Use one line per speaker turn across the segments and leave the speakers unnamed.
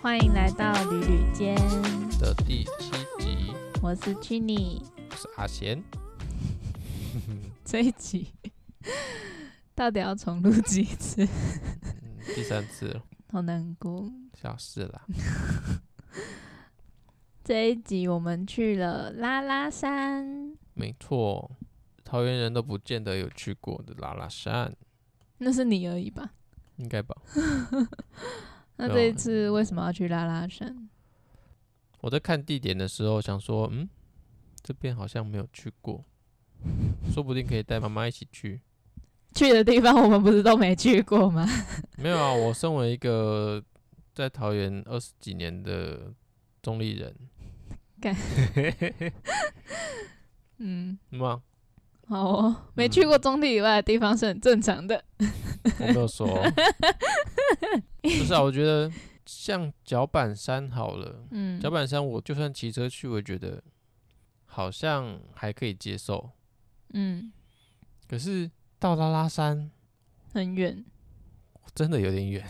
欢迎来到旅旅间，
的第七集，
我是 Chini。
我是阿贤。
这一集 到底要重录几次？
嗯，第三次了，
好难过。
小事啦。
这一集我们去了拉拉山，
没错，桃园人都不见得有去过的拉拉山，
那是你而已吧？
应该吧？
那
对啊
这一次为什么要去拉拉山？
我在看地点的时候想说，嗯，这边好像没有去过，说不定可以带妈妈一起去。
去的地方我们不是都没去过吗？
没有啊，我身为一个在桃园二十几年的中立人，
干嗯，
嘛，
好哦，没去过中地以外的地方是很正常的。
我没有说哦，就是啊，我觉得像脚板山好了。
嗯，
脚板山，我就算骑车去，我也觉得好像还可以接受。
嗯，
可是到拉拉山
很远。
真的有点 远，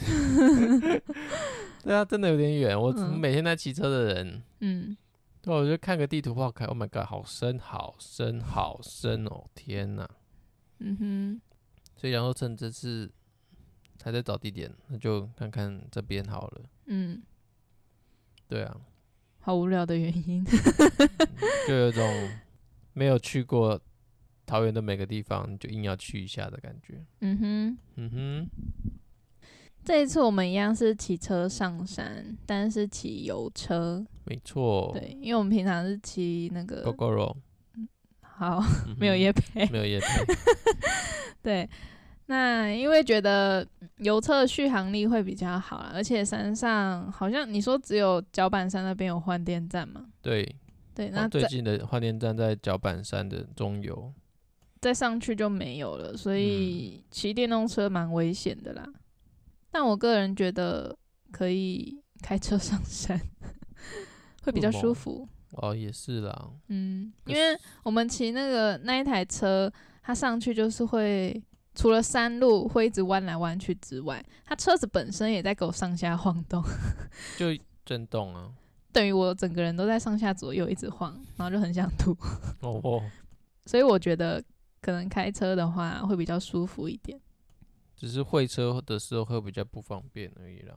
对啊，真的有点远。我
嗯
每天在骑车的人，
嗯，
对，啊我就看个地图炮开，Oh my god，好深，好深，好深哦！天呐！
嗯哼。
所以然后趁这次还在找地点，那就看看这边好了。
嗯，
对啊，
好无聊的原因。
就有一种没有去过桃园的每个地方，就硬要去一下的感觉。
嗯哼，
嗯哼。
这一次我们一样是骑车上山，但是骑油车。
没错，
对，因为我们平常是骑那个
g o g o r o
好 没有
叶，
夜配。
嗯没有叶配，
对，那因为觉得油车的续航力会比较好啦，而且山上好像你说只有脚板山那边有换电站嘛？
哦对，
对， 那
那最
再
近的换电站在脚板山的中游，
再上去就没有了，所
嗯
以骑电动车蛮危险的啦。但我个人觉得可以开车上山， 会比较
为什
舒
么
服。
哦，也是啦，
嗯，
可
因为我们骑那个那一台车，它上去就是会除了山路会一直弯来弯去之外，它车子本身也在给我上下晃动，
就震动啊，
等于我整个人都在上下左右一直晃，然后就很想吐。
哦哦，
所以我觉得可能开车的话会比较舒服一点，
只是会车的时候会比较不方便而已啦。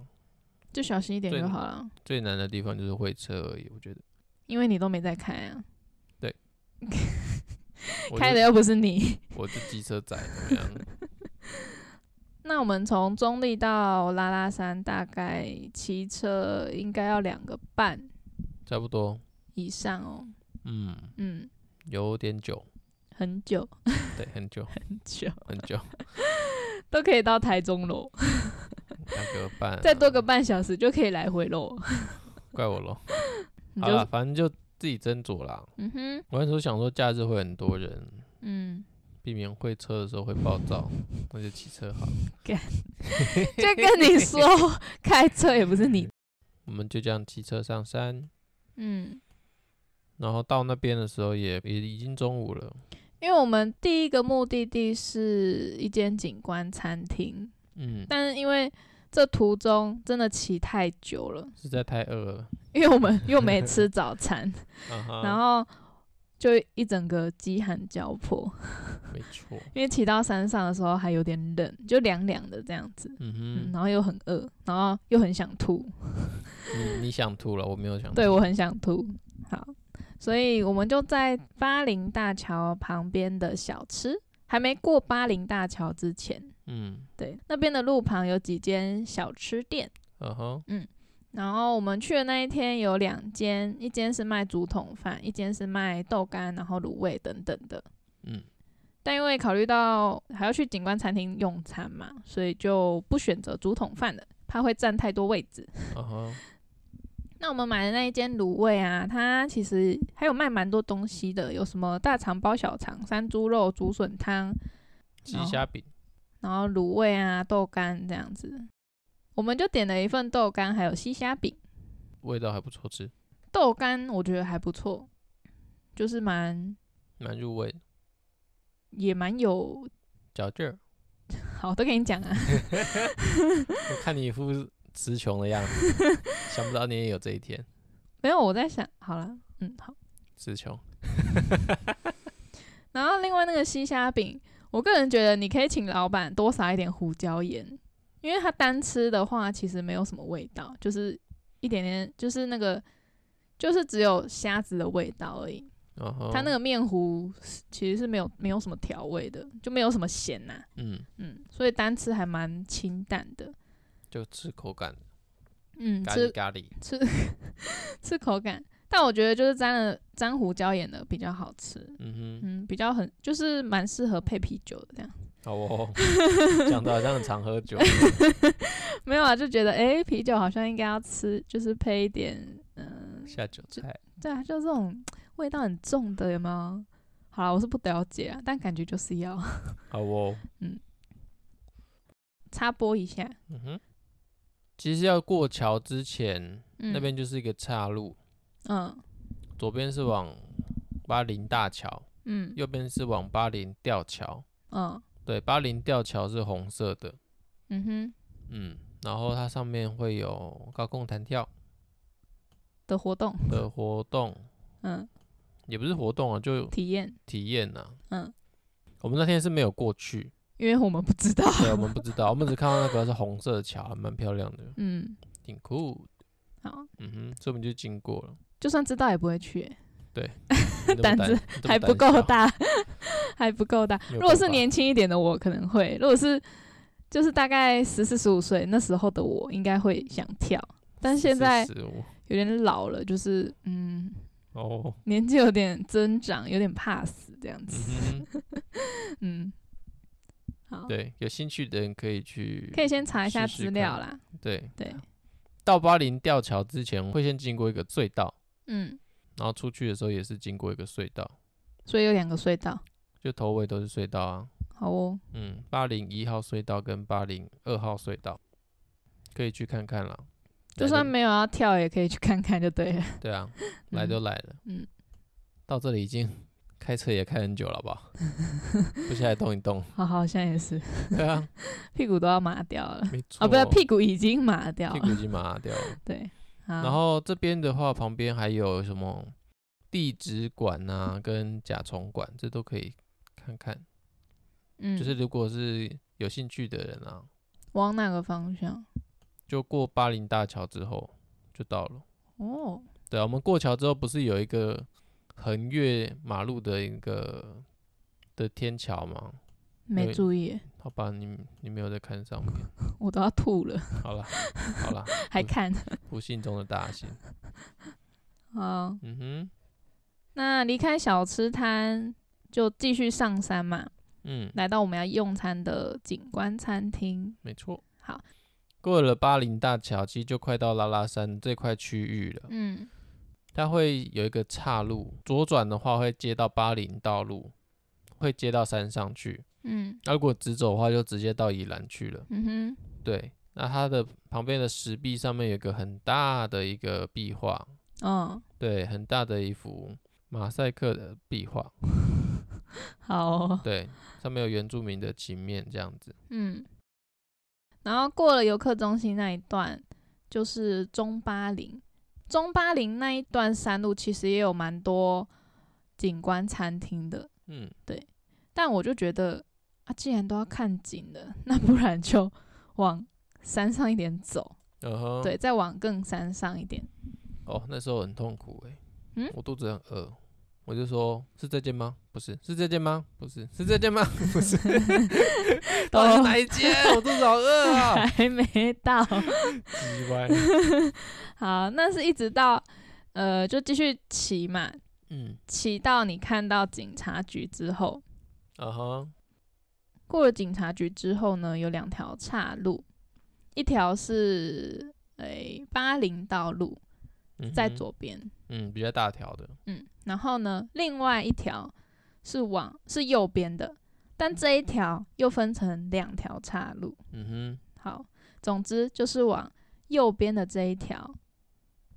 就小心一点
对
就
你
好了。
最难的地方就是会车而已，我觉得。
因为你都没在开啊，
我
开
就
的又不是你。
我是机车仔，怎么样？
那我们从中立到拉拉山大概骑车应该要两个半
差不多，
以上哦，
嗯，
嗯，
有点久，
很久
对，很久
很久，
很久，
都可以到台中 喽，
两个半，啊
再多个半小时就可以来回 喽。
怪我咯。
你
好啊
就
了，反正就自己斟酌啦。
嗯哼，
我那时候想说假日会很多人，
嗯，
避免会车的时候会暴 躁，那就骑车好了。
就跟你说开车也不是 你，
我们就这样骑车上山，
嗯，
然后到那边的时候也也已经中午了。
因为我们第一个目的地是一间景观餐厅，
嗯，
但是因为这途中真的骑太久了，
实在太饿了。
因为我 们又没吃早餐，
啊哈，
然后就一整个饥寒交迫，
没错，
因为骑到山上的时候还有点冷，就凉凉的这样子，嗯，
嗯哼，
然后又很饿，然后又很想吐，
你你想吐了，我没有想
嗯
吐。
对我很想吐。好，所以我们就在巴陵大桥旁边的小吃，还没过巴陵大桥之前，
嗯，
对，那边的路旁有几间小吃店。
啊哈，
然后我们去的那一天有两间，一间是卖竹筒饭，一间是卖豆干，然后卤味等等的。
嗯，
但因为考虑到还要去景观餐厅用餐嘛，所以就不选择竹筒饭了，怕会占太多位置。
啊哈，
那我们买的那一间卤味啊，它其实还有卖蛮多东西的，有什么大肠包小肠、山猪肉、竹笋汤，
鸡虾饼，
然后卤味啊、豆干这样子。我们就点了一份豆干，还有西虾饼。
味道还不错吃，
豆干我觉得还不错，就是蛮
蛮入味的，
也蛮有
嚼劲儿。
好，都跟你讲啊，
我看你一副词穷的样子， 想不到你也有这一天，
没有，我在想，好了，嗯，好。
词穷。
然后另外那个西虾饼，我个人觉得你可以请老板多撒一点胡椒盐，因为它单吃的话其实没有什么味道，就是一点点，就是那个就是只有虾子的味道而已。
然后
它那个面糊是其实是没有没有什么调味的，就没有什么咸呐、
嗯，
嗯，所以单吃还蛮清淡的。
就吃口感，
嗯，
咖
吃
喱咖喱，
吃 吃口感，但我觉得就是沾了沾胡椒盐的比较好吃。
嗯哼，
嗯，比较很就是蛮适合配啤酒的这样。
好 哦，讲的好像很常喝酒，
没有啊，就觉得诶，啤酒好像应该要吃，就是配一点，嗯、
下酒菜，
对啊，就这种味道很重的，有没有？好啦，我是不了解啊，但感觉就是要
好哦，
插播一下，
嗯哼。其实要过桥之前，
嗯，
那边就是一个岔路，
嗯
左边是往巴林大桥，
嗯
右边是往巴林吊桥。
嗯
对，巴林吊桥是红色的，
嗯哼
嗯，然后它上面会有高空弹跳
的活动，
的活动，
嗯，
也不是活动啊，就
体验，
体验呐、啊。
嗯，
我们那天是没有过去，
因为我们不知道，
对，我们不知道，我们只看到那个是红色的桥，还蛮漂亮的，
嗯，
挺酷。
好，
嗯哼，所以我们就经过 了。
就算知道也不会去、
你这么
胆
胆
子
你这么
还
胆
不够
小，
大， 还不够大。
没
如
有
果
办
是
法
年轻一点的我，可能会；如果是就是大概十四十五岁那时候的我，应该会想跳。但现在
45
有点老了，就是嗯，
哦，
年纪有点增长，有点怕死这样子。
嗯哼，
嗯，好，
对，有兴趣的人可以去，
可以先查一下
试试
资料啦。
对，啊
对，
到巴林吊桥之前会先经过一个隧道，
嗯，
然后出去的时候也是经过一个隧道，
所以有两个隧道，
就头尾都是隧道啊。
好哦。
嗯，八零一号隧道跟八零二号隧道可以去看看啦。
就
来
算
都
没有要跳，也可以去看看就对了。
对啊， 来都来了，
嗯
到这里已经开车也开很久 了吧？不下来动一动，
好好，现在也是
对啊，
屁股都要麻掉了
没错，
啊，不是屁股已经麻掉嗯
屁
了
股。已经麻 掉了。
对，好
然后这边的话，旁边还有什么地质馆啊，跟甲虫馆，这都可以看看。
嗯，
就是如果是有兴趣的人啊，
往哪个方向？
就过巴林大桥之后就到了。
哦，
对啊，我们过桥之后不是有一个横越马路的一个的天桥吗？
没
对
注意，
好吧，你你没有在看上面。
我都要吐了，
好了，好了，
还看
不幸中的大幸。
啊？
嗯哼，
那离开小吃摊，就继续上山嘛，
嗯，
来到我们要用餐的景观餐厅。
没错。
好，
过了巴林大桥，其实就快到拉拉山这块区域了。
嗯
它会有一个岔路，左转的话会接到巴林道路，会接到山上去。啊
嗯
那如果直走的话，就直接到宜兰去了。
嗯
对，那它的旁边的石壁上面有一个很大的一个壁画，
哼，嗯，
对，很大的一幅马赛克的壁画，
好哦、
对，上面有原住民的情面这样子。
嗯。然后过了游客中心那一段，就是中巴林。中巴林那一段山路其实也有蛮多景观餐厅的，
嗯，
但我就觉得啊，既然都要看景了，那不然就往山上一点走，
然后
对，，再往更山上一点。
哦，那时候很痛苦哎、
嗯
我肚子很饿，我就说是这件吗？不是，是这件吗？不是，是这件 吗？不是，到
哦
底是哪一件？我肚子好饿 啊！
还没到。
叽歪，
好，那是一直到呃，就继续骑嘛，
嗯，
骑到你看到警察局之后，
啊哈，
过了警察局之后呢，有两条岔路，一条是诶巴林道路
嗯
在
哼，
左边，
嗯，比较大条的，
嗯，然后呢，另外一条是往是右边的，但这一条又分成两条岔路。
嗯
好，总之就是往右边的这一条，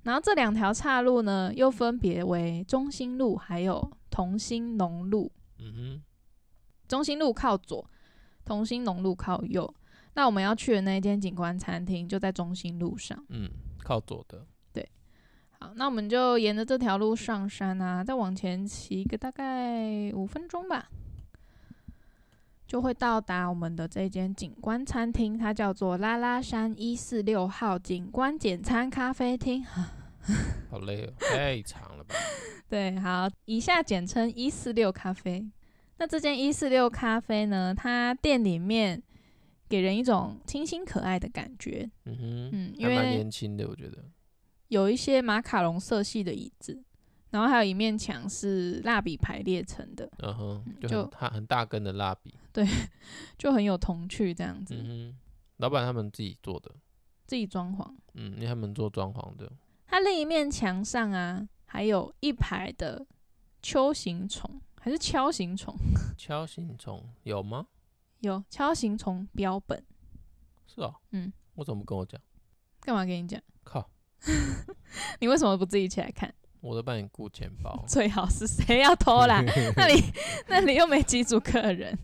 然后这两条岔路呢，又分别为中心路还有同心农路。
哼，嗯
中心路靠左，同心农路靠右。那我们要去的那一间景观餐厅就在中心路上。
嗯，靠左的，
好，那我们就沿着这条路上山啊，再往前骑个大概五分钟吧，就会到达我们的这间景观餐厅，它叫做拉拉山一四六号景观简餐咖啡厅。
好累哦，太长了吧？
对，好，以下简称一四六咖啡。那这间一四六咖啡呢，它店里面给人一种清新可爱的感觉，
嗯哼，
嗯因
还蛮
为
年轻的，我觉得。
有一些马卡龙色系的椅子，然后还有一面墙是蜡笔排列成的，
嗯哼，就
就
很大很大根的蜡笔，
就很有童趣这样子。
嗯哼，老板他们自己做的，
自己装潢，
嗯，因为他们做装潢的，
它另一面墙上啊，还有一排的球形虫还是锹形虫，
锹形虫有吗？
有锹形虫标本。
是哦，
嗯，
我怎么不跟我讲？
干嘛跟你讲？
靠，
你为什么不自己起来看？，
我都帮你顾钱包
最好是谁要偷啦？那里那里又没几组客人。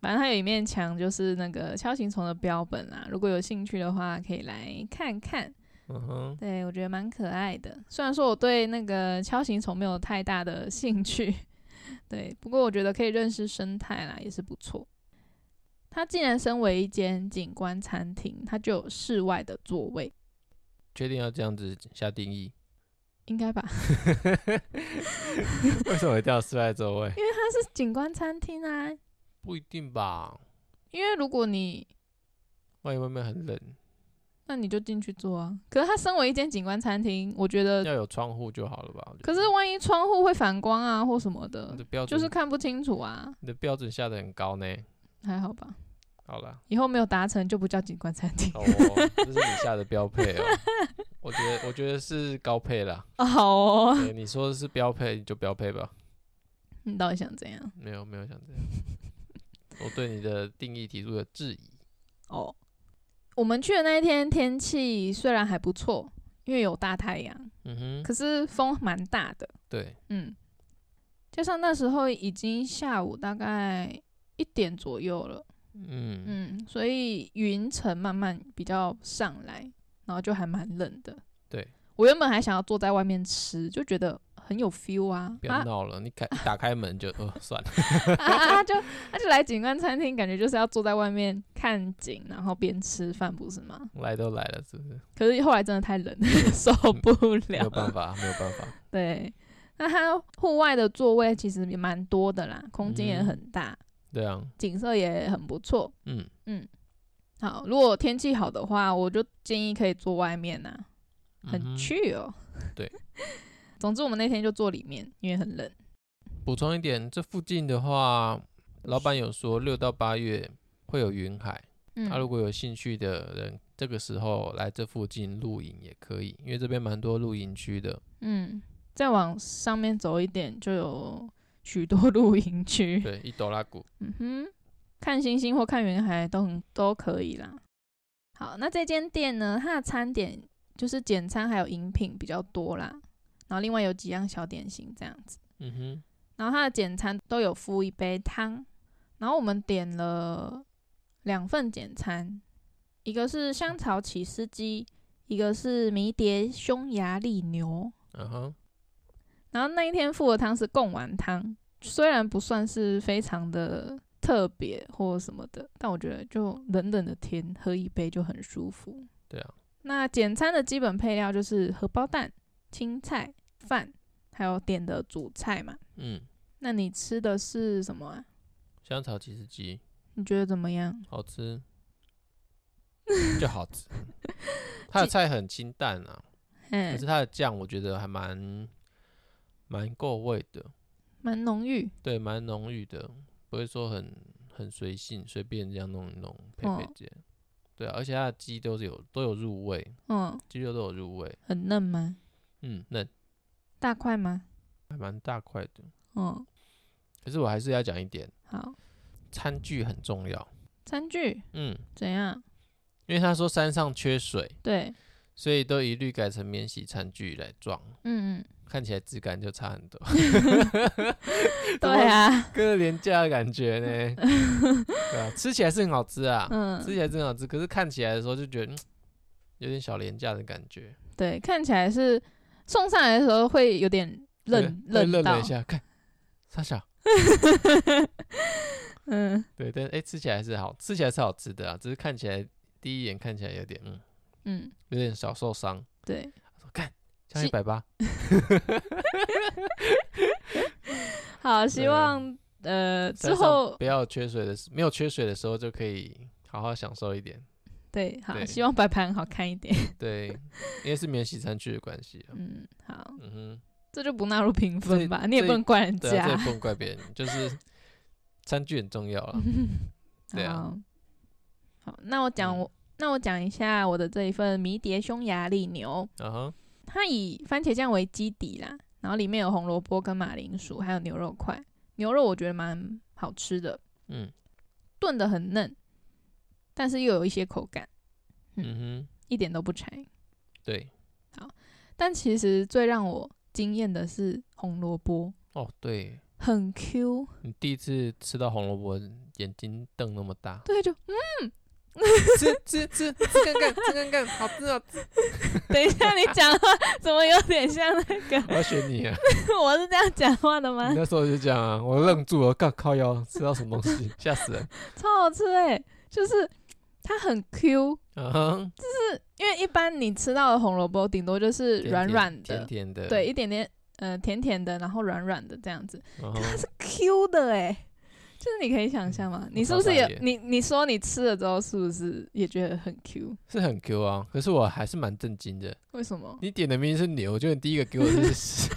反正它有一面墙，就是那个锹形虫的标本啦、如果有兴趣的话，可以来看看。
嗯哼，
对我觉得蛮可爱的，虽然说我对那个锹形虫没有太大的兴趣， 对，不过我觉得可以认识生态啦，也是不错。它既然身为一间景观餐厅，它就有室外的座位，
确定要这样子下 定义？
应该吧？
为什么一定要室外座位？
它是景观餐厅啊，
不一定吧，
因为如果你
万一外面很冷，
那你就进去坐啊。可是它身为一间景观餐厅，我觉得，
要有窗户就好了吧？我觉
可
得
是万一窗户会反光啊或什么
你
的
的，标准
就是看不清楚啊，
你的标准下的很高呢。
还好吧？
好啦，
以后没有达成就不叫景观餐 厅。
哦，这是你下的标配 哦。我觉得，我觉得是高配啦。
哦好哦。
对，你说的是标配，你就标配吧。
你到底想怎样？
没有，没有想 这样。我对你的定义提出了质疑。
哦，我们去的那一天天气虽然还不错，因为有大太阳，
嗯哼，
可是风蛮大的，
对，
嗯，加上那时候已经下午大概一点左右了，
嗯嗯，
嗯，所以云层慢慢比较上来，然后就还蛮冷的。
对
我原本还想要坐在外面吃，就觉得很有 feel 啊，
不
啊
要闹了。你开 打开门就，呃，算了。
啊啊！啊就他就来景观餐厅，感觉就是要坐在外面看景，然后边吃饭，不是吗？
来都来了，是不是？
可是后来真的太冷， 受不
嗯没
了
有办法，没有办法。
对，那它户外的座位其实也蛮多的啦，空间也
嗯
很大，
对啊，
景色也很不错。
嗯，
好，如果天气好的话，我就建议可以坐外面呐、很
嗯哼
chill 哦。
对，
总之我们那天就坐里面，因为很冷。
补充一点，这附近的话，老板有说六到八月会有云海，
嗯，
啊他、如果有兴趣的人，这个时候来这附近露营也可以，因为这边蛮多露营区的。
嗯，再往上面走一点就有许多露营区。
对，一朵拉谷，
嗯哼，看星星或看云海都很都可以啦。好，那这间店呢，它的餐点就是简餐还有饮品比较多啦，然后另外有几样小点心这样子。
嗯哼，
然后它的简餐都有附一杯汤，然后我们点了两份简餐，一个是香草起司鸡，一个是迷迭匈牙利牛。
嗯哼，
然后那一天附的汤是贡丸汤，虽然不算是非常的特别或什么的，但我觉得就冷冷的天喝一杯就很舒服。
对啊，
那简餐的基本配料就是荷包蛋、青菜、饭，还有点的主菜嘛。
嗯，
那你吃的是什么啊？
香草起司鸡
你觉得怎么样？
好 吃，就好吃。它的菜很清淡啊，可
嗯
是，它的酱我觉得还蛮蛮够味的，
蛮浓郁，
对，蛮浓郁的，不会说很很随性，随便这样弄一弄配配
哦
这样。对啊，而且它的鸡都是有都有入味，
嗯，
鸡肉都有入味，
很嫩吗？
嗯，嫩，
大块吗？
还蛮大块的。
嗯，
可是我还是要讲一点，
好，
餐具很重要，
餐具
嗯，
怎样？
因为他说山上缺水，
对，
所以都一律改成免洗餐具来装，
嗯 嗯，
看起来质感就差很多，
对啊，
跟着廉价的感觉 呢。对啊，吃起来是很好吃啊，
嗯
吃，起来真好吃，可是看起来的时候就觉得嗯有点小廉价的感觉，
对，看起来是送上来的时候会有点愣
对会愣
到
了一，下，看傻小，
嗯，
对，但哎、诶吃起来是好，吃起来是好吃的啊，只是看起来第一眼看起来有点嗯
嗯，
有点小受伤，
对，
说看将
是
一百八，
好，希望呃之
啊山上
后
不要缺水的时，没有缺水的时候就可以好好享受一点，
对，好，
对
希望摆盘好看一点，
对，因为是免洗餐具的关系啊，
嗯，好，
嗯 哼。
这就不纳入评
这
分吧，你也
这
不能怪人
对啊，这也
家，
不能怪别人，就是餐具很重要
嗯
啊。对啊
好，好，那我讲
嗯
我。那我讲一下我的这一份迷迭匈牙利牛，
啊哈，
它以番茄酱为基底啦，然后里面有红萝卜跟马铃薯，还有牛肉块。牛肉我觉得蛮好吃的，
嗯
炖的很嫩，但是又有一些口感，
嗯哼，
一点都不柴。
对，
但其实最让我惊艳的是红萝卜，
哦对，
很 Q，，
你第一次吃到红萝卜，眼睛瞪那么大
对，就
吃吃吃吃看看吃看看，好吃好吃，
等一下你讲话怎么有点像那个？
我要选你啊！
我是这样讲话的吗
你？那时候就这样啊，我愣住了，靠靠腰，吃到什么东 西，吓死人！
超好吃哎、就是它很 Q，
啊哈，
因为一般你吃到的红萝卜顶多就是
甜
软
甜
软的，
甜甜的，
对，一点点呃甜甜的，然后软软的这样子，
嗯哼，
它是 Q 的哎、就是你可以想象吗？
嗯
你
我
是不
超
是
傻
也
眼
你你说你吃了之后是不是也觉得很 Q？
是很 Q 啊，可是我还是蛮震惊的。
为什 么？
你点的明明是牛，就你第一个给我 的是，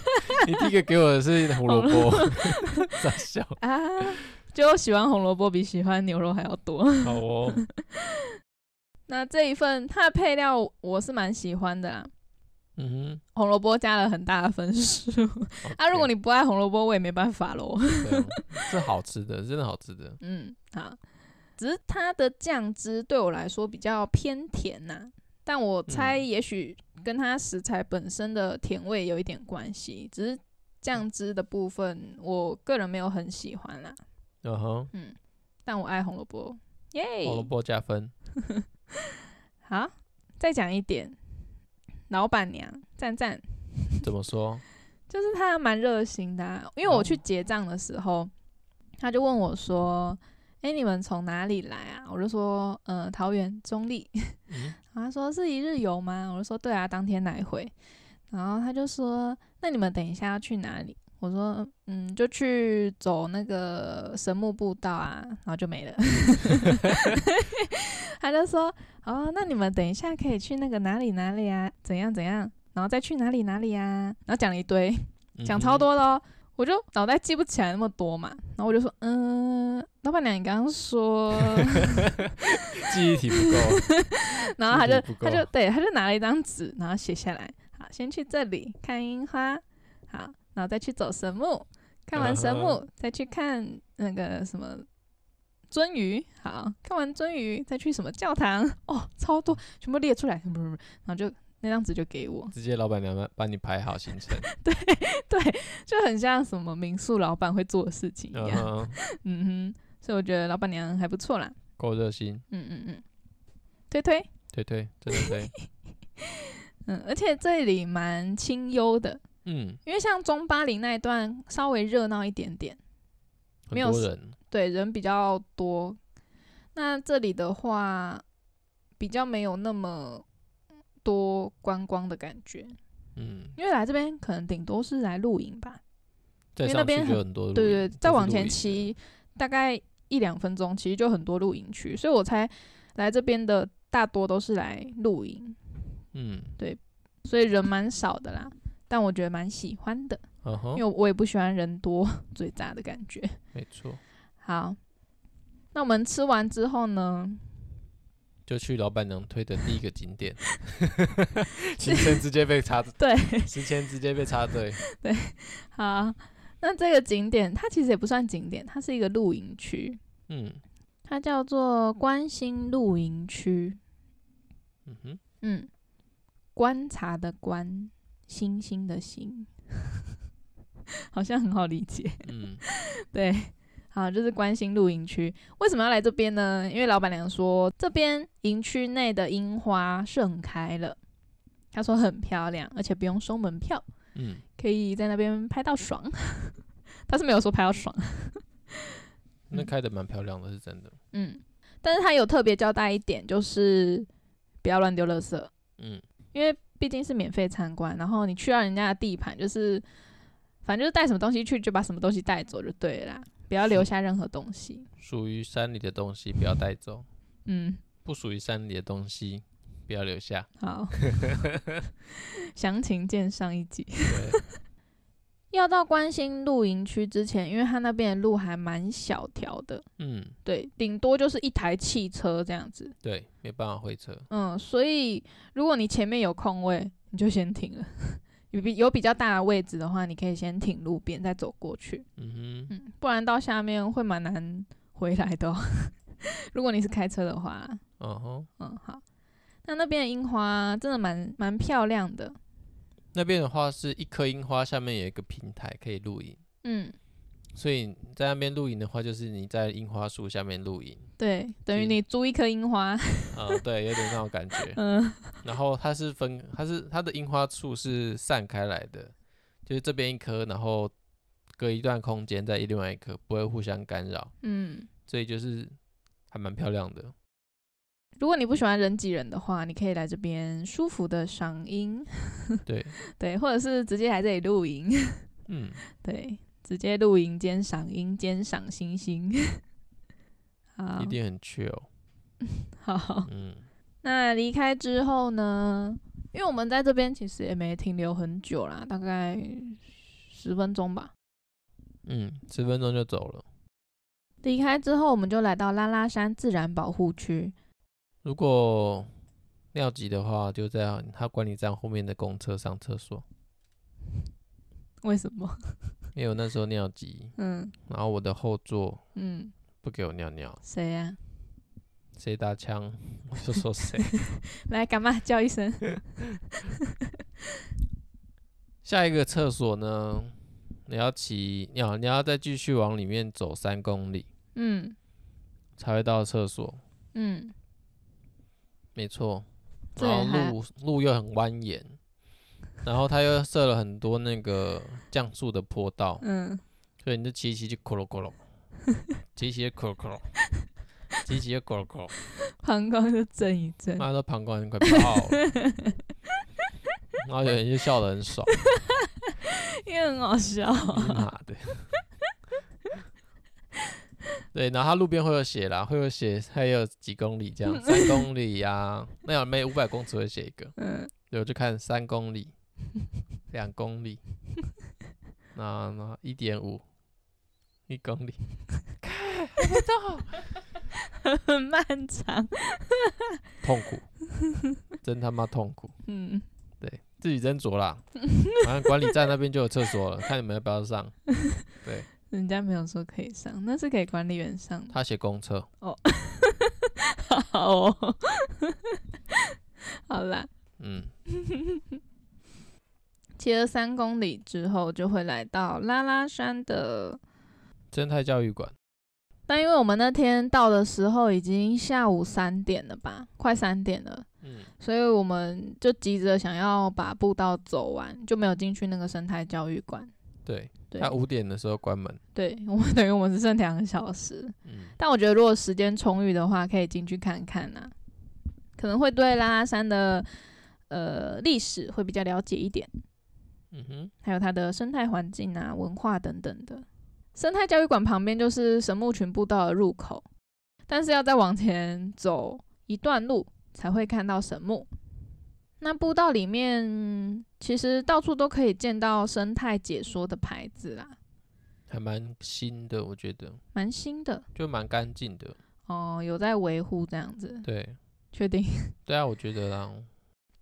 你第一个给我的是红萝卜， 傻笑。
啊，就喜欢红萝卜比喜欢牛肉还要多。
好哦，
那这一份它的配料我是蛮喜欢的啦，
嗯
红萝卜加了很大的分数。
哼，
啊，如果
你
你不爱红萝卜，我也没办法喽。
哦是好吃的，真的好吃的，
嗯，好。只是它的酱汁对我来说比较偏甜呐、但我
嗯
猜也许跟它食材本身的甜味有一点关系，只是酱汁的部分我个人没有很喜欢啦。
嗯哼，
嗯，但我爱红萝卜，耶、
红萝卜加分，
好，再讲一点，老板娘赞赞，
怎么说？
就是她蛮热心的、啊，因为我去
哦
结账的时候，她就问我说：“哎、你们从哪里来啊？”我就说：“呃，桃园中立。”
嗯，
然后她说：“是一日游吗？”我就说：“对啊，当天来回。”然后她就说：“那你们等一下要去哪里？”我说：“嗯，就去走那个神木步道啊。”然后就没了。她就说：“哦，那你们等一下可以去那个哪里哪里啊？怎样怎样？然后再去哪里哪里啊？”然后讲了一堆，
嗯
讲超多的哦。我就脑袋记不起来那么多嘛，然后我就说，嗯，老板娘，你刚刚说，
嗯哼，记忆体不够，
然后他就
记忆不
他
够
就对他就拿了一张纸，然后写下来，好，先去这里看樱花，好，然后再去走神木，看完神木、
啊
再去看那个什么鳟鱼，好，看完鳟鱼再去什么教堂，哦，超多，全部列出来，不不不，然后就那张纸就给我，
直接老板娘们帮你排好行程，
对，就很像什么民宿老板会做的事情一
嗯
样，
哼，
嗯哼，所以我觉得老板娘还不错啦，
够热心，
嗯嗯嗯，推推，
对对，真 的对，
嗯，而且这里蛮清幽的，
嗯，
因为像中巴黎那一段稍微热闹一点点，没
很
有
多
事
人，
对，人比较多。那这里的话，比较没有那么多观光的感觉，
嗯，
因为来这边可能顶多是来露营吧，
再
因为那
上去
边
就
很
很多，
对对，再往前，骑大概一两分钟，其实就很多露营区，所以我猜来这边的大多都是来露营，
嗯，
所以人蛮少的啦。但我觉得蛮喜欢的，
嗯
因
哼
为，我也不喜欢人多 嘴杂的感觉。
没错，
好，那我们吃完之后呢？
就去老板娘推的第一个 景点，行程直接被插，
对，
时间直接被插队，
好，那这个景点它其实也不算景点，它是一个露营区，
嗯
它叫做关心露营区。
嗯哼，
嗯，观察的观，星星的星， 好像很好理解。
嗯，
对，好，就是关心露营区。为什么要来这边呢？因为老板娘说这边营区内的樱花盛开了，她说很漂亮，而且不用收门票，
嗯，
可以在那边拍到爽。 她是没有说拍到爽，
那
嗯
开的蛮漂亮的，是真的。
嗯，但是她有特别交代一点，就是不要乱丢垃圾，
嗯，
因为毕竟是免费参观，然后你去到人家的地盘，就是反正就是带什么东西去，就把什么东西带走就对了啦，不要留下任何东西。
属于山里的东西不要带走，
嗯，
不属于山里的东西不要留下。
好，详情见上一集。
对，
要到关心露营区之前，因为它那边的路还蛮小条的，
嗯，
对，顶多就是一台汽车这样子。
对，没办法会车。
嗯，所以如果你前面有空位，你就先停了。有比有比较大的位置的话，你可以先停路边再走过去。
嗯哼，
嗯，不然到下面会蛮难回来的哦、 如果你是开车的话，
嗯哼，
嗯，好。那那边的樱花真的蛮蛮漂亮的，
那边的话是一颗樱花下面有一个平台可以露营，
嗯，
所以在那边露营的话，就是你在樱花树下面露营。
对，等于
嗯
你租一颗樱花，
啊、对，有点那种感觉。
嗯
然后它是分，它是它的樱花树是散开来的，就是这边一棵，然后隔一段空间再另外一棵，不会互相干扰，
嗯。
所以就是还蛮漂亮的。
如果你不喜欢人挤人的话，你可以来这边舒服的赏樱，
对，
对，或者是直接来这里露营，
嗯，
对，直接露营兼赏樱兼赏星星。 好
一，定很 chill。
好。
嗯，
那离开之后呢？因为我们在这边其实也没停留很久啦，大概十分钟吧。
嗯，十分钟就走了。
离开之后，我们就来到拉拉山自然保护区。
如果尿急的话，就在他管理站后面的公车上厕所。
为什么？
因为我那时候尿急，
嗯
然后我的后座
嗯，
不给我尿尿，
谁呀、
谁打枪我就说谁。
来，干嘛叫一 声？
下一个厕所呢，你要骑，你要你要再继续往里面走三公里
嗯
才会到厕所，
嗯，
没错。
这
然
也还
后路路又很蜿蜒，然后它又设了很多那个降速的坡道，
嗯，
所以你就骑一骑就咕噜咕噜，骑一骑就咕噜咕噜，骑一骑就咕噜咕噜，
膀胱就震一震。
妈的膀胱快爆了。然后有人就笑得很爽，
因为很好笑。
你妈的。对，然后它路边会有写啦，会有写，还有几公里这样，三公里呀、那有每五百公尺会写一个，
嗯
对，我就看三公里、两公里，那那一点五、一公里，
很漫长。
痛苦，真他妈痛苦，
嗯，
对自己斟 酌啦。反正管理站那边就有厕所了，看你们要不要 上。对
人家没有说可以上，那是给管理员上的。
他写公厕，
好哦， 好啦，
嗯，
骑了三公里之后，就会来到拉拉山的。
生态教育馆，
但因为我们那天到的时候已经下午三点了吧，快三点了，
嗯，
所以我们就急着想要把步道走完，就没有进去那个生态教育馆。
对，
对
他五点的时候关门，
对，我们等于我们只剩两个小时。
嗯，
但我觉得如果时间充裕的话，可以进去看看啦、可能会对拉拉山的呃历史会比较了解一点。
嗯哼，
还有它的生态环境啊、文化等等的。生态教育馆旁边就是神木群步道的入口，但是要再往前走一段路才会看到神木。那步道里面其实到处都可以见到生态解说的牌子啦，
还蛮新的，我觉得
蛮新的
就蛮干净的，
哦，有在维护这样子，
对，
确定？
对啊，我觉得啦，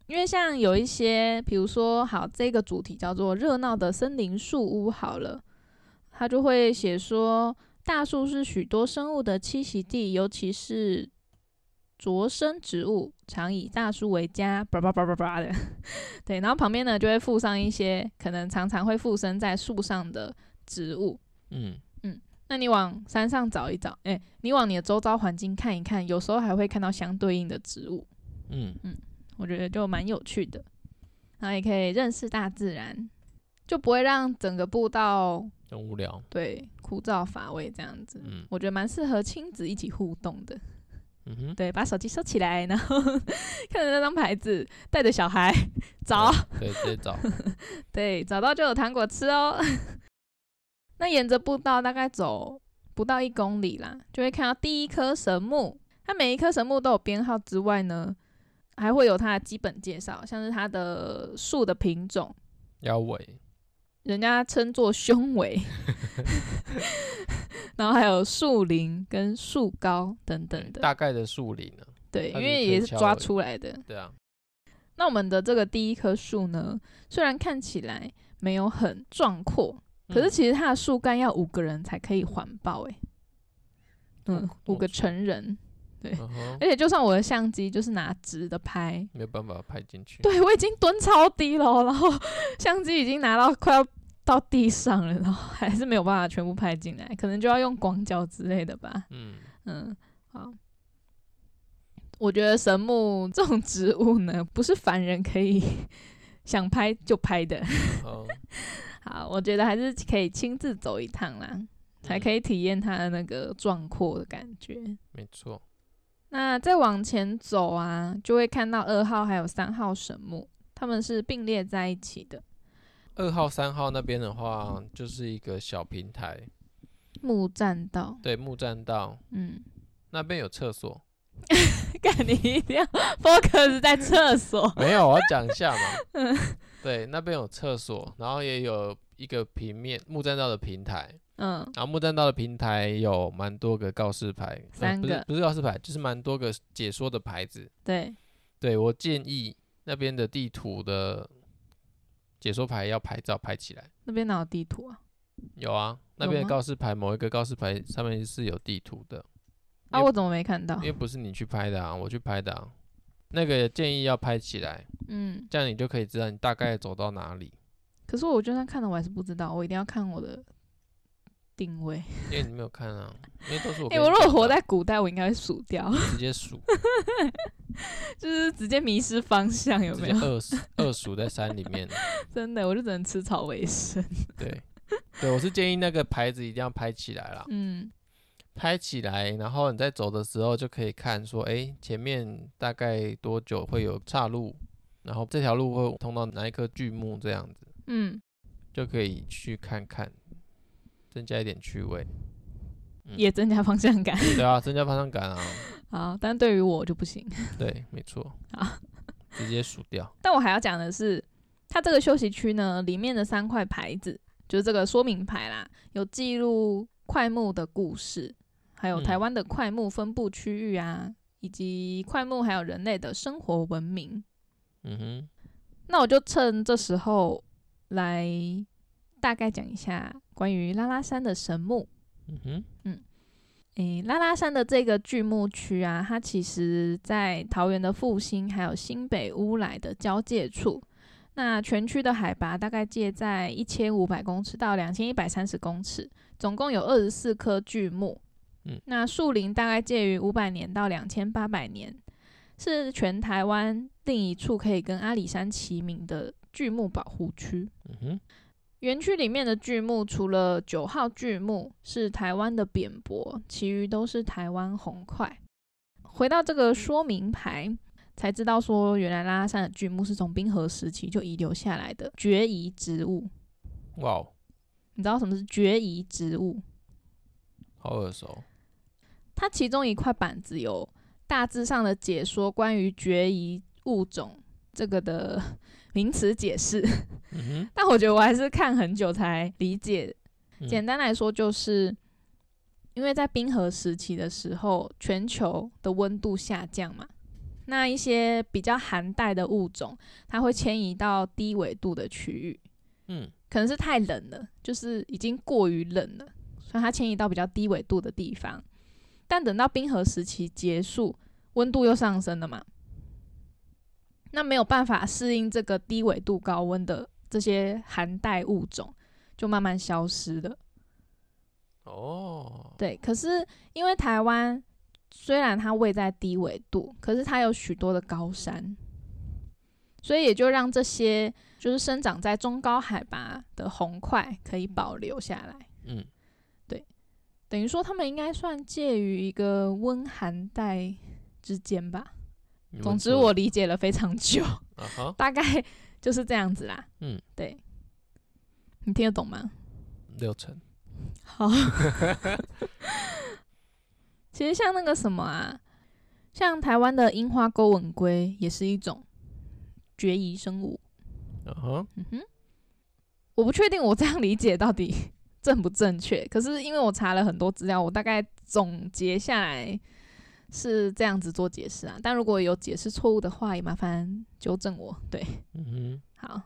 因为像有一些，比如说，好，这个主题叫做“热闹的森林树屋”，好了，它就会写说，大树是许多生物的栖息地，尤其是着生植物常以大树为家，叭叭叭叭叭的， 对，然后旁边呢就会附上一些可能常常会附生在树上的植物。
嗯，
那你往山上找一找，哎、你往你的周遭环境看一看，有时候还会看到相对应的植物，
嗯，
我觉得就蛮有趣的。然后也可以认识大自然，就不会让整个步道
很无聊。
对枯燥乏味这样子。
嗯
我觉得蛮适合亲子一起互动的。
嗯哼，
对，把手机收起来，然后 看着那张牌子，带着小孩找，
对，直接 找。
对，找到就有糖果吃哦。 那沿着步道大概走不到一公里啦，就会看到第一棵神木。它每一棵神木都有编号之外呢，还会有它的基本介绍，像是它的树的品种，
腰围，
人家称作胸 围，然后还有树龄跟树高等等的。
哎大概的树龄呢？
对，
它
因
是
为也是
推敲
抓
而已
出来的。
对啊，
那我们的这个第一棵树呢，虽然看起来没有很壮阔，可是
嗯
其实它的树干要五个人才可以环抱、欸，嗯
哦，
五个
哦
成人，
嗯哼
而且就算我的相机就是拿直的拍，
没有办法拍进去。
对我已经蹲超低了，哦然后相机已经拿到快要到地上了，然后还是没有办法全部拍进来，可能就要用广角之类的吧，
嗯，
嗯，好。我觉得神木这种植物呢，不是凡人可以 想拍就拍的。
哦，
好，我觉得还是可以亲自走一趟啦，才可
以。
以体验它的那个壮阔的感觉。
没错，
那再往前走啊，就会看到二号还有三号神木，它们是并列在一起的。
二号、三号那边的话，就是一个小平台，
木栈道，
对，木栈道
嗯，
那边有厕所。
干你一定要 focus 在厕所，
没有，我要讲一下嘛。
嗯
对，那边有厕所，然后也有一个平面木栈道的平台，
嗯，
然后木栈道的平台有蛮多个告示牌，呃
三
不是
个
不是告示牌，就是蛮多个解说的牌子。
对，
对我建议那边的地图的解说牌要拍照拍起来。
那边哪有地图啊？
有啊，那
有
边的
吗
告示牌某一个告示牌上面是有地图的，
啊，
也
我怎么没看到
因？为不是你去拍的啊，我去拍的啊。那个建议要拍起来，
嗯，
这样你就可以知道你大概走到哪里，
可是我就算看了，我还是不知道，我一定要看我的定位。
因为你没有看啊，因为都 是我
哎、
跟你
我如果
讲的
活
啊
在古代，我应该会数 掉。
直接数，
就是直接迷失方向，有
直
没
接
有？
二数二数在山里面。
真的，我就只能吃草为 生。
对，对我是建议那个牌子一定要拍起来啦，
嗯，
拍起来，然后你在走的时候就可以看说，哎，前面大概多久会有岔路，然后这条路会通到哪一棵巨木这样子，
嗯，
就可以去看看，增加一点趣味。嗯
也增加方向 感。
对啊，增加方向感啊。
好，但对于我就不行。
对，没错。
好，
直接数掉。
但我还要讲的是，它这个休息区呢，里面的三块牌子，就是这个说明牌啦，有记录快木的故事，还有
嗯
台湾的快木分布区域啊，以及快木还有人类的生活文明。
嗯哼，
那我就趁这时候来大概讲一下关于拉拉山的神木。
嗯哼，
诶，拉拉山的这个巨木区啊，它其实在桃园的复兴还有新北乌来的交界处。那全区的海拔大概介在一千五百公尺到两千一百三十公尺，总共有二十四棵巨木。
嗯，
那树龄大概介于五百年到两千八百年，是全台湾另一处可以跟阿里山齐名的巨木保护区。
嗯哼，
园区里面的巨木，除了九号巨木是台湾的扁柏，其余都是台湾红块。回到这个说明牌，才知道说原来拉拉山的巨木是从冰河时期就遗留下来的绝移植物。
哇哦，
你知道什么是绝移植物？
好耳熟。
它其中一块板子有大致上的解说关于绝移物种这个的 名词解释，
嗯
但我觉得我还是看很久才理解
哼，
简单来说，就是因为在冰河时期的时候，全球的温度下降嘛，那一些比较寒带的物种，它会迁移到低纬度的区域，
嗯
可能是太冷了，就是已经过于冷了，所以它迁移到比较低纬度的地方。但等到冰河时期结束，温度又上升了嘛，那没有办法适应这个低纬度高温的这些寒带物种，就慢慢消失了。
哦，
对，可是因为台湾虽然它位在低纬度，可是它有许多的高山，所以也就让这些就是生长在中高海拔的红块可以保留下来。
嗯，
等于说他们应该算介于一个温寒带之间吧。
你
总
问
之，
错
我
了
理解了非常久，
啊哈，
大概就是这样子啦。
嗯，
对，你听得懂吗？
六成，
好， 其实像那个什么啊，像台湾的樱花钩吻龟也是一种孑遗生物。
啊哈，
嗯哼，我不确定我这样理解到底正不正确，可是因为我查了很多资料，我大概总结下来是这样子做解释啊。但如果有解释错误的话，也麻烦纠正我。对，
嗯
好，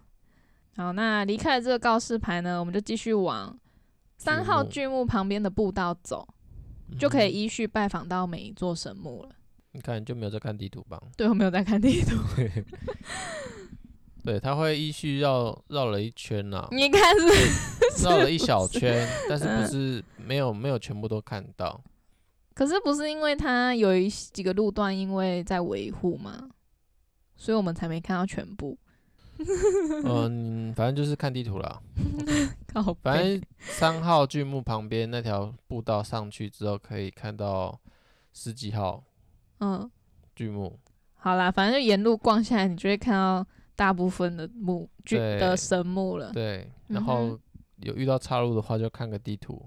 好，那离开了这个告示牌呢，我们就继续往三号
剧
巨木旁边的步道走，
哼，
就可以
嗯
依序拜访到每一座神木了。
你看你就没有在看地图吧？
对我没有在看地图，
对，它会依序绕绕了一圈呐、
你看是不是
绕了一小圈，但是
嗯
不是没有没有全部都看到？
可是不是因为它有一几个路段因为在维护嘛，所以我们才没看到全部。
嗯，反正就是看地图啦。
靠
反
背
正三号巨木旁边那条步道上去之后，可以看到十几号
嗯，
巨木。
好啦，反正就沿路逛下来，你就会看到大部分的木巨
对
的神木了。
对，然
嗯
后
哼
有遇到岔路的话，就看个地图。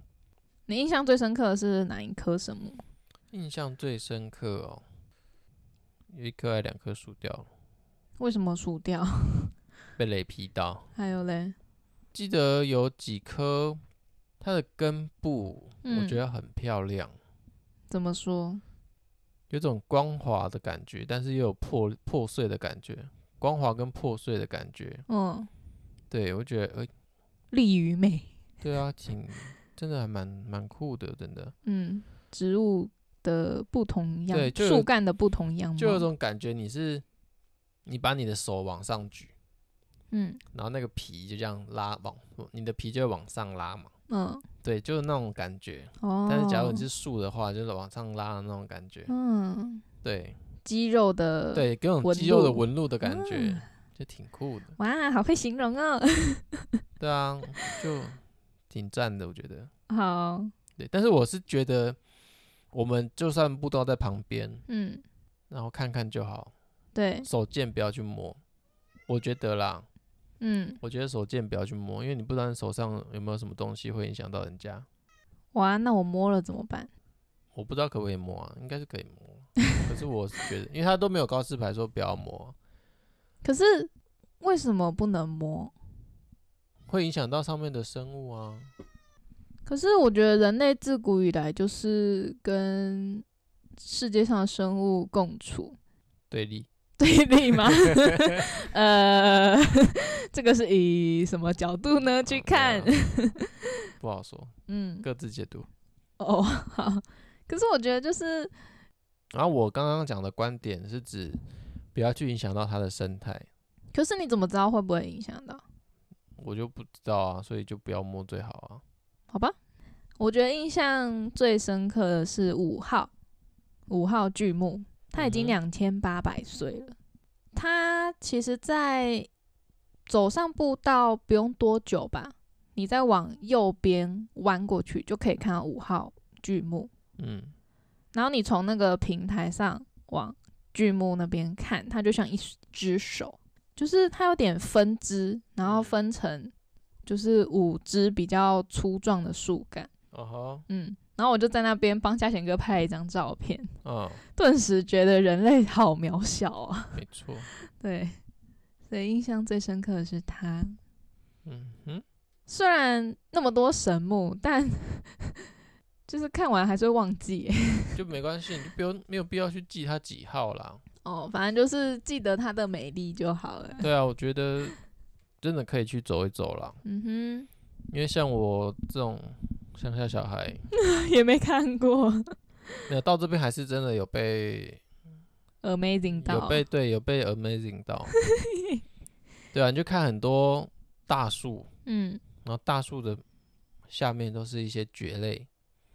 你印象最深刻的是哪一棵神木？
印象最深刻哦，有一棵还两棵树掉了，
为什么数掉？
被雷劈到。
还有嘞，
记得有几棵，它的根部我
嗯
觉得很漂亮，
怎么说？
有种光滑的感觉，但是又有破破碎的感觉，光滑跟破碎的感觉。
嗯，
对，我觉得，呃，
利于美，
对啊，挺真的还蛮蛮酷的，真的，
嗯，植物的不同样
对，就有
树干的不同样貌，
就有种感觉，你是你把你的手往上举，
嗯
然后那个皮就这样拉往，你的皮就会往上拉嘛。
嗯
对，就是那种感觉。
哦，
但是假如你是树的话，就是往上拉的那种感觉。
嗯
对
肌肉的
对，各种
纹
肌肉的
路
纹路的感觉
嗯，
就挺酷的。
哇，好会形容哦。
对啊，就挺赞的，我觉得。
好，
对，但是我是觉得，我们就算步道在旁边，
嗯，
然后看看就好，
对，
手贱不要去摸。我觉得啦，
嗯，
我觉得手贱不要去摸，因为你不知道你手上有没有什么东西会影响到人家。
哇，那我摸了怎么办？
我不知道可不可以摸啊，应该是可以摸。可是我是觉得，因为他都没有告示牌说不要摸，
可是为什么不能摸？
会影响到上面的生物啊。
可是我觉得人类自古以来就是跟世界上的生物共处，
对立，
对立 吗？呃， 这个是以什么角度呢去
好对
看
啊？不好说，
嗯，
各自解读。
哦，好。可是我觉得就是，
然后我刚刚讲的观点是指不要去影响到它的生态，
可是你怎么知道会不会影响到？
我就不知道啊，所以就不要摸最好啊。
好吧，我觉得印象最深刻的是五号，五号巨木，它已经
嗯
两千八百岁了。它其实，在走上步道不用多久吧，你再往右边弯过去就可以看到五号巨木。
嗯，
然后你从那个平台上往巨木那边看，它就像一只手，就是它有点分支，然后分成就是五只比较粗壮的树干，
哦吼，
嗯，然后我就在那边帮嘉贤哥拍了一张照片，
嗯，
顿时觉得人类好渺小啊，
没错，
对，所以印象最深刻的是它，
嗯哼，
虽然那么多神木，但 就是看完还是会忘记耶
就没关系，你就不用没有必要去记它几号啦。
哦，反正就是记得它的美丽就好 了。
对啊，我觉得真的可以去走一走啦，
嗯
因为像我这种乡下小孩，
哼，也没看过。
那到这边还是真的有被
amazing
有
到，
被对有被 amazing 到，对啊，你就看很多大树，
嗯，
然后大树的下面都是一些蕨类，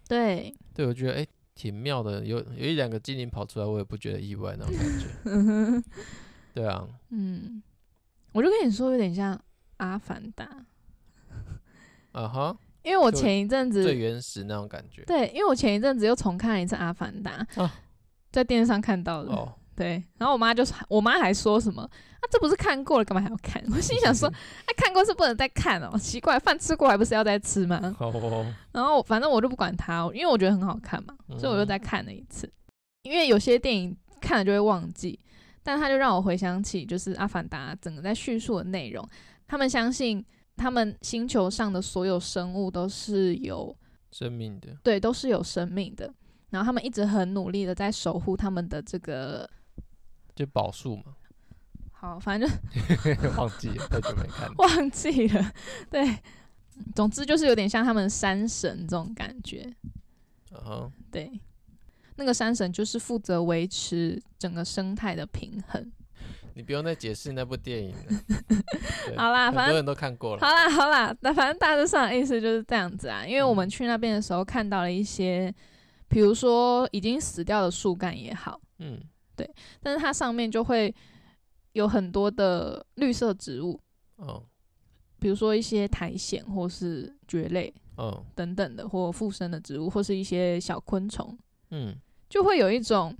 对，
对我觉得哎、诶挺妙的，有有一两个精灵跑出来，我也不觉得意外那种感觉， 对啊，
嗯，我就跟你说，有点像《阿凡达》，
啊哈，
因为我
就
前一阵子
最原始那种感觉，
对，因为我前一阵子又重看了一次《阿凡达》
啊
在电视上看到的。
哦，
对，然后我妈就是，我妈还说什么啊，这不是看过了，干嘛还要看？我心想 说，啊，看过是不能再看哦，奇怪，饭吃过还不是要再吃吗？
好哦，
然后反正我就不管它，因为我觉得很好看嘛，所以我又
嗯
再看了一次。因为有些电影看了就会忘记，但它就让我回想起，就是《阿凡达》整个在叙述的内容。他们相信他们星球上的所有生物都是有
生命的，
对，都是有生命的。然后他们一直很努力的在守护他们的这个，
就宝树嘛，
好，反正就
忘记了，太久没看了，
忘记了。对，总之就是有点像他们山神这种感觉。
嗯哼，
对，那个山神就是负责维持整个生态的平衡。
你不用再解释那部电影 了，对
好啦，
很
反
多
正
人都看过
好
了，
啦好啦，那反正大致上的意思就是这样子啊。因为我们
嗯
去那边的时候看到了一些，比如说已经死掉的树干也好，
嗯，
但是它上面就会有很多的绿色植物。
哦，
比如说一些苔藓或是蕨类
哦，
等等的，或附生的植物，或是一些小昆虫，
嗯，
就会有一种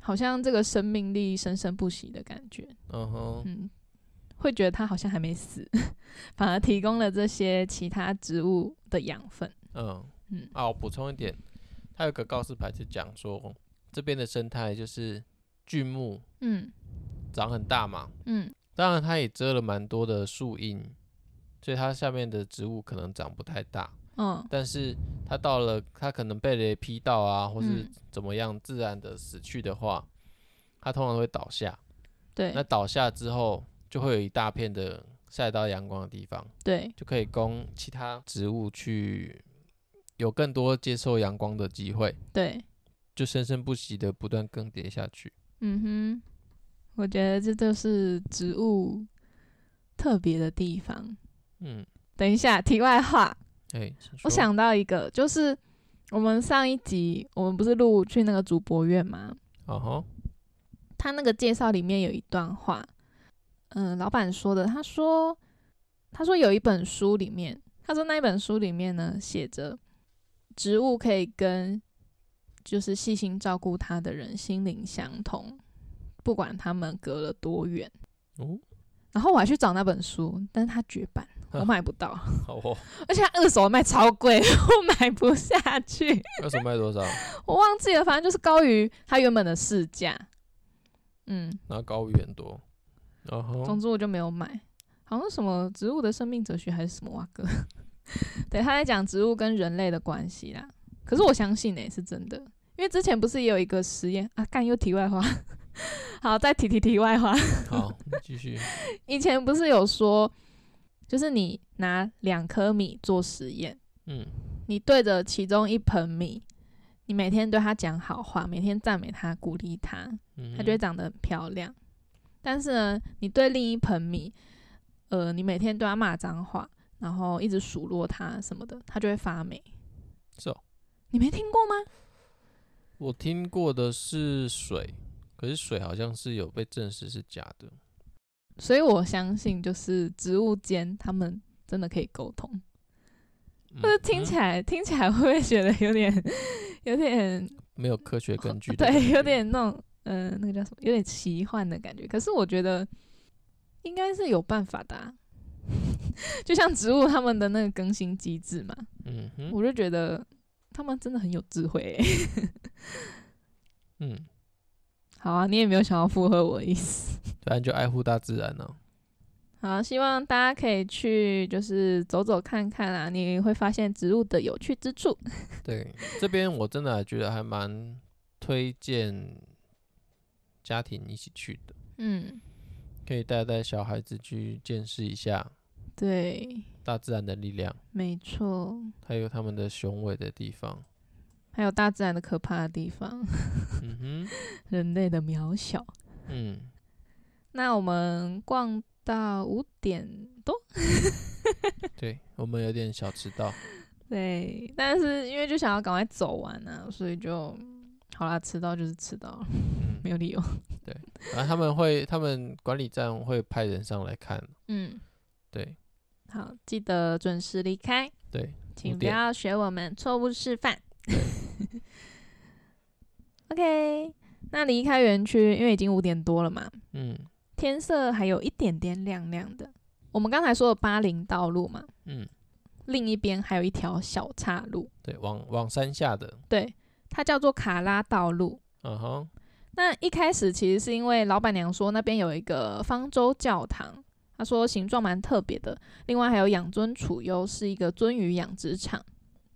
好像这个生命力生生不息的感觉。
嗯哼，
嗯，会觉得它好像还没死， 反而提供了这些其他植物的养分。
嗯，
嗯
啊，我补充一点，它有个告示牌是讲说这边的生态就是巨木
嗯
长很大嘛，
嗯，
当然它也遮了蛮多的树荫，所以它下面的植物可能长不太大，
嗯
但是它到了它可能被雷劈到啊，或是
嗯
怎么样自然的死去的话，它通常会倒下。那
对
倒下之后，就会有一大片的晒到阳光的地方，
对，
就可以供其他植物去有更多接受阳光的机会，
对，
就生生不息的不断更迭下去。
嗯哼，我觉得这就是植物特别的地方。
嗯，
等一下，题外话，
哎、
我
说
想到一个，就是我们上一集我们不是录去那个主博院吗？
哦吼，
他那个介绍里面有一段话，嗯、老板说的，他说，他说有一本书里面，他说那一本书里面呢写着，植物可以跟就是细心照顾它的人心灵相通，不管他们隔了多远。
哦，
然后我还去找那本书，但是它绝版，我买不到，
好哦，
而且它二手卖超贵，我买不下去。
二手卖多少？
我忘记了，反正就是高于它原本的市价。嗯，
那高于很多。哦吼
总，之我就没有买，好像是什么植物的生命哲学还是什么哇哥， 对，他在讲植物跟人类的关系啦。可是我相信诶、是真的，因为之前不是也有一个实验啊？干又题外话， 好，再提提题外话。
好，你继续。
以前不是有说，就是你拿两颗米做实验，
嗯，
你对着其中一盆米，你每天对它讲好话，每天赞美它，鼓励它，
嗯
它就会长得很漂亮。但是呢，你对另一盆米，呃，你每天对它骂脏话，然后一直数落它什么的，它就会发霉。
是哦
你没听过吗？
我听过的是水，可是水好像是有被证实是假的。
所以我相信，就是植物间它们真的可以沟通。
嗯
或者听起
嗯
来、听起来会不会觉得有点有点
没有科学根据的感觉，
对，有点那种呃，那个叫什么，有点奇幻的感觉。可是我觉得应该是有办法的、啊， 就像植物它们的那个更新机制嘛，
嗯哼，
我就觉得他们真的很有智慧 欸、
嗯，
好啊，你也没有想要附和我的意思。
反正就爱护大自然啊呢、
好，啊希望大家可以去就是走走看看啊，你会发现植物的有趣之处。
对，这边我真的觉得还蛮推荐家庭一起去的，
嗯，
可以带带小孩子去见识一下
对，
大自然的力量，
没错，
还有他们的雄伟的地方。
还有大自然的可怕的地方，
嗯
人类的渺小。
哼，嗯，
那我们逛到五点多，
对我们有点小迟到，
对，但是因为就想要赶快走完啊，所以就好啦，迟到就是迟到了，
嗯，
没有理由。
然后他们会，他们管理站会派人上来看，
嗯，
对
好，记得准时离开，
对，
请不
点
要学我们错误示范。OK，那离开园区，因为已经五点多了嘛，
嗯
天色还有一点点亮亮的。我们刚才说的巴林道路嘛，
嗯，
另一边还有一条小岔路，
对，往往山下的，
对，它叫做卡拉道路。
嗯哼，
那一开始其实是因为老板娘说那边有一个方舟教堂，她说形状蛮特别的，另外还有养尊处优是一个鳟鱼养殖场。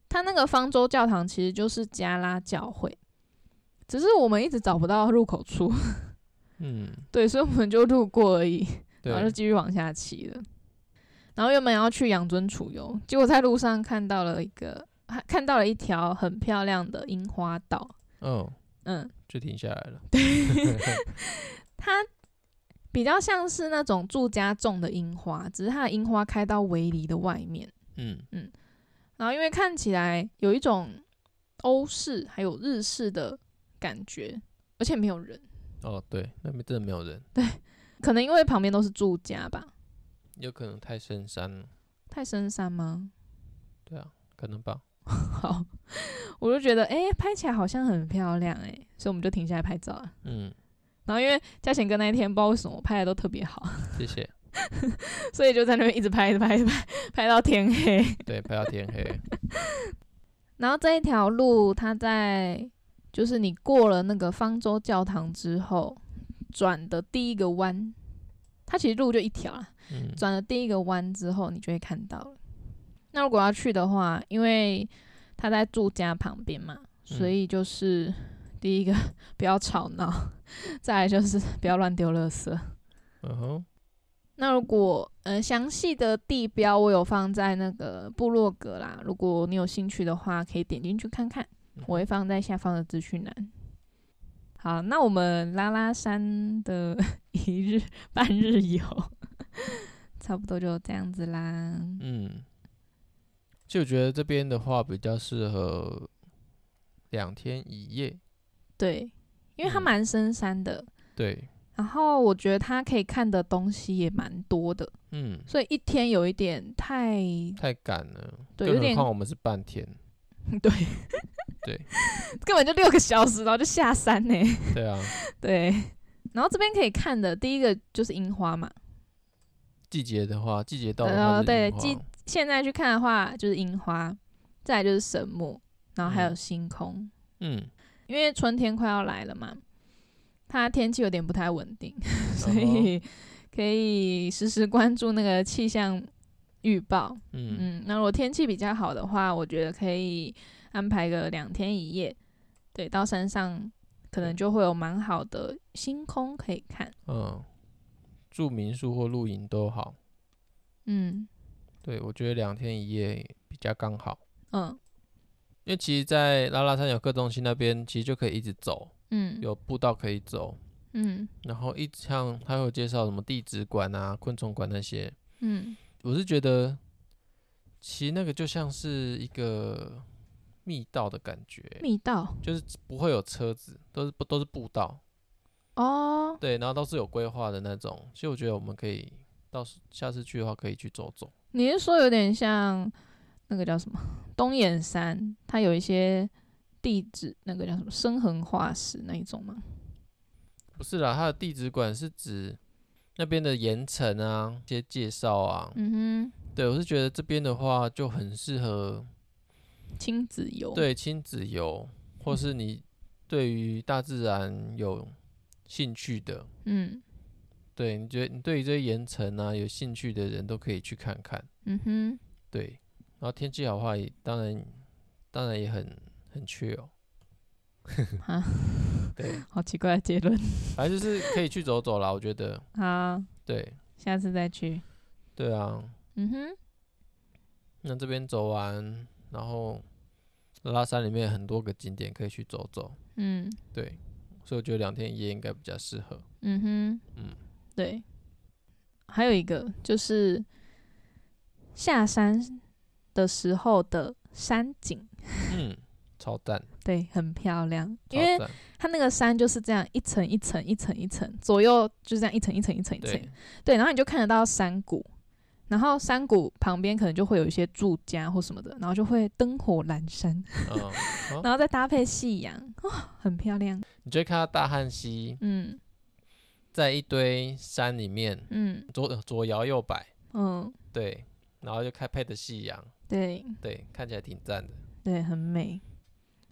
它那个方舟教堂其实就是加拉教会，只是我们一直找不到入口处，
嗯，
对，所以我们就路过而已，
对
然后就，继续往下骑了。然后原本要去养尊处优，结果在路上看到了一个，看到了一条很漂亮的樱花道，
嗯，
嗯，
就停下来了，
它比较像是那种住家种的樱花，只是它的樱花开到围篱的外面。
嗯
然后因为看起来有一种欧式还有日式的感觉，而且没有人，
哦，对，那边真的没有人，
可能因为旁边都是住家吧，
有可能太深山了，
太深山吗？
对啊，可能吧，
好，我就觉得诶，拍起来好像很漂亮诶，所以我们就停下来拍照了。
嗯，
然后因为嘉贤哥那一天不知道为什么我拍的都特别好，
谢谢，
所以就在那边一直拍、一直拍、一直拍，拍到天黑。
对，拍到天黑，
然后这一条路，它在就是你过了那个方舟教堂之后，转的第一个弯，它其实路就一条啦。
嗯，
转了第一个弯之后，你就会看到了。那如果要去的话，因为它在住家旁边嘛，所以就是第一个不要吵闹， 再来就是不要乱丢垃圾。
嗯哼，
那如果呃详细的地标我有放在那个部落格啦，如果你有兴趣的话，可以点进去看看
嗯，
我会放在下方的资讯栏。好，那我们拉拉山的 一日半日游， 差不多就这样子啦。
嗯，就觉得这边的话比较适合两天一夜，
对，因为它
嗯
蛮深山的，
对，
然后我觉得它可以看的东西也蛮多的，
嗯，
所以一天有一点太
太赶了，
嗯对
更
有
何
点
况我们是半天，
对，
对，
根本就六个小时，然后就下山呢、
对啊，
对，然后这边可以看的第一个就是樱花嘛，
季节的话，季节到的
呃
话就是
对
樱花
季现在去看的话就是樱花，再来就是神木，然后还有
嗯
星空，
嗯，
因为春天快要来了嘛，它天气有点不太稳定， 所
嗯哼
以可以时时关注那个气象预报。
嗯
嗯，那如果天气比较好的话，我觉得可以安排个两天一夜，对，到山上可能就会有蛮好的星空可以看。
嗯，住民宿或露营都好，
嗯。
对我觉得两天一夜比较刚好，
嗯
因为其实，在拉拉山有各中心那边，其实就可以一直走，
嗯
有步道可以走，
嗯
然后一像他有介绍什么地质馆啊、昆虫馆那些，
嗯
我是觉得，其实那个就像是一个密道的感觉，
密道
就是不会有车子，都是不都是步道，
哦，
对，然后都是有规划的那种。所以我觉得我们可以到时下次去的话，可以去走走。
你是说有点像那个叫什么东眼山，它有一些地质那个叫什么生痕化石那一种吗？
不是啦，它的地质馆是指那边的岩层啊，一些介绍啊。
嗯
对我是觉得这边的话就很适合
哼，亲子游，
对亲子游，或是你对于大自然有兴趣的，
嗯
对，你觉得你对于这些岩层啊有兴趣的人都可以去看看，
嗯哼，
对。然后天气好的话也，当然当然也很很缺哦。
啊，
对，
好奇怪的结论。
反正就是可以去走走啦，我觉得，
好，
对
下次再去。
对啊。
嗯哼，
那这边走完，然后拉萨里面很多个景点可以去走走，
嗯
对，所以我觉得两天一夜应该比较适合。
嗯哼，
嗯，
对。还有一个就是下山的时候的山景，
嗯，超赞，
对，很漂亮，
超
因为
赞，
它那个山就是这样一层一层一层一层，左右就这样一层一层一层一层，
对，
对，然后你就看得到山谷，然后山谷旁边可能就会有一些住家或什么的，然后就会灯火阑珊，
嗯，哦
然后再搭配夕阳，哇、很漂亮。
你就会看到大汉溪
嗯
在一堆山里面
嗯
左左摇右摆，
嗯，
对，然后就开配的夕阳，
对
对，看起来挺赞的。
对，很美。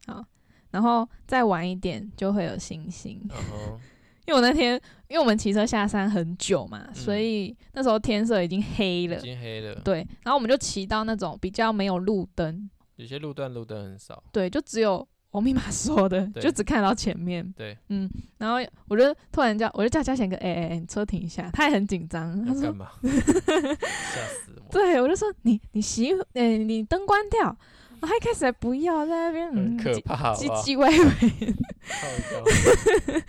好，然后再晚一点就会有星星，
然后
因为我那天因为我们骑车下山很久嘛，所
嗯
以那时候天色已经黑了
已。经黑了，
对，然后我们就骑到那种比较没有路灯，
有些路段路灯很少，
对，就只有我密码说的，
对
就只看到前面。
对，
嗯，然后我就突然叫，我就叫嘉贤哥，哎哎哎，你车停一下。他也很紧张，他
要干
说，
嘛？ 吓死我！
嗯对我就说你你熄，哎、你灯关掉。我还一开始还不要在那边，嗯，
很可
唧
怕，好
唧
不 好？
唧歪歪，
靠腰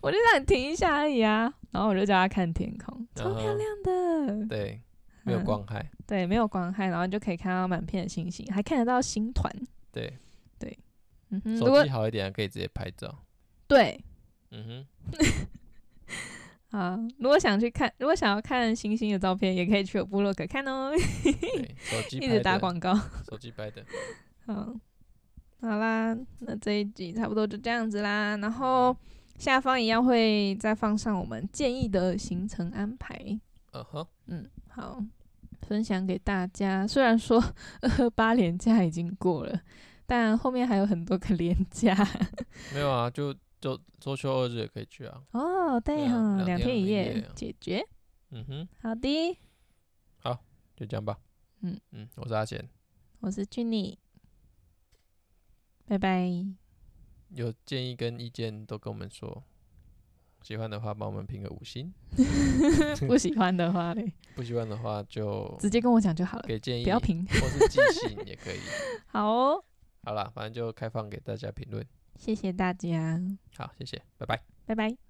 我就让你停一下而已啊。然后我就叫他看天空，超漂
嗯哼
亮的，
对，没有
嗯
光害，
对，没有光害，然后你就可以看到满片的星星，还看得到星团。
对，
嗯哼，如
手
果
机好一点可以直接拍照。
对，
嗯
啊，如果想去看，如果想要看星星的照片，也可以去我部落格看哦，
哼， 对，手机
一
拍
直打
的，
广告。
手机拍的，
好，好啦，那这一集差不多就这样子啦。然后下方一样会再放上我们建议的行程安排。
嗯哼，
嗯，好，分享给大家。虽然说 二八连假已经过了，但后面还有很多个连假。
没有啊，就就周休二日也可以去啊。
哦，对
对啊
哈、
两
两
天
天一
一
夜
夜
解决。
嗯哼，
好的，
就这样吧。
嗯
嗯，我是阿贤，
我是 Jenny，拜 拜。
有建议跟意见都跟我们说，喜欢的话帮我们评个五星，
不喜欢的话嘞，
不喜欢的话就
直接跟我讲就好了，
给建议，
不要评。
或是寄信也可以。
好哦，
好啦，反正就开放给大家评论。
谢谢大家，
好，谢谢，拜拜。
拜拜。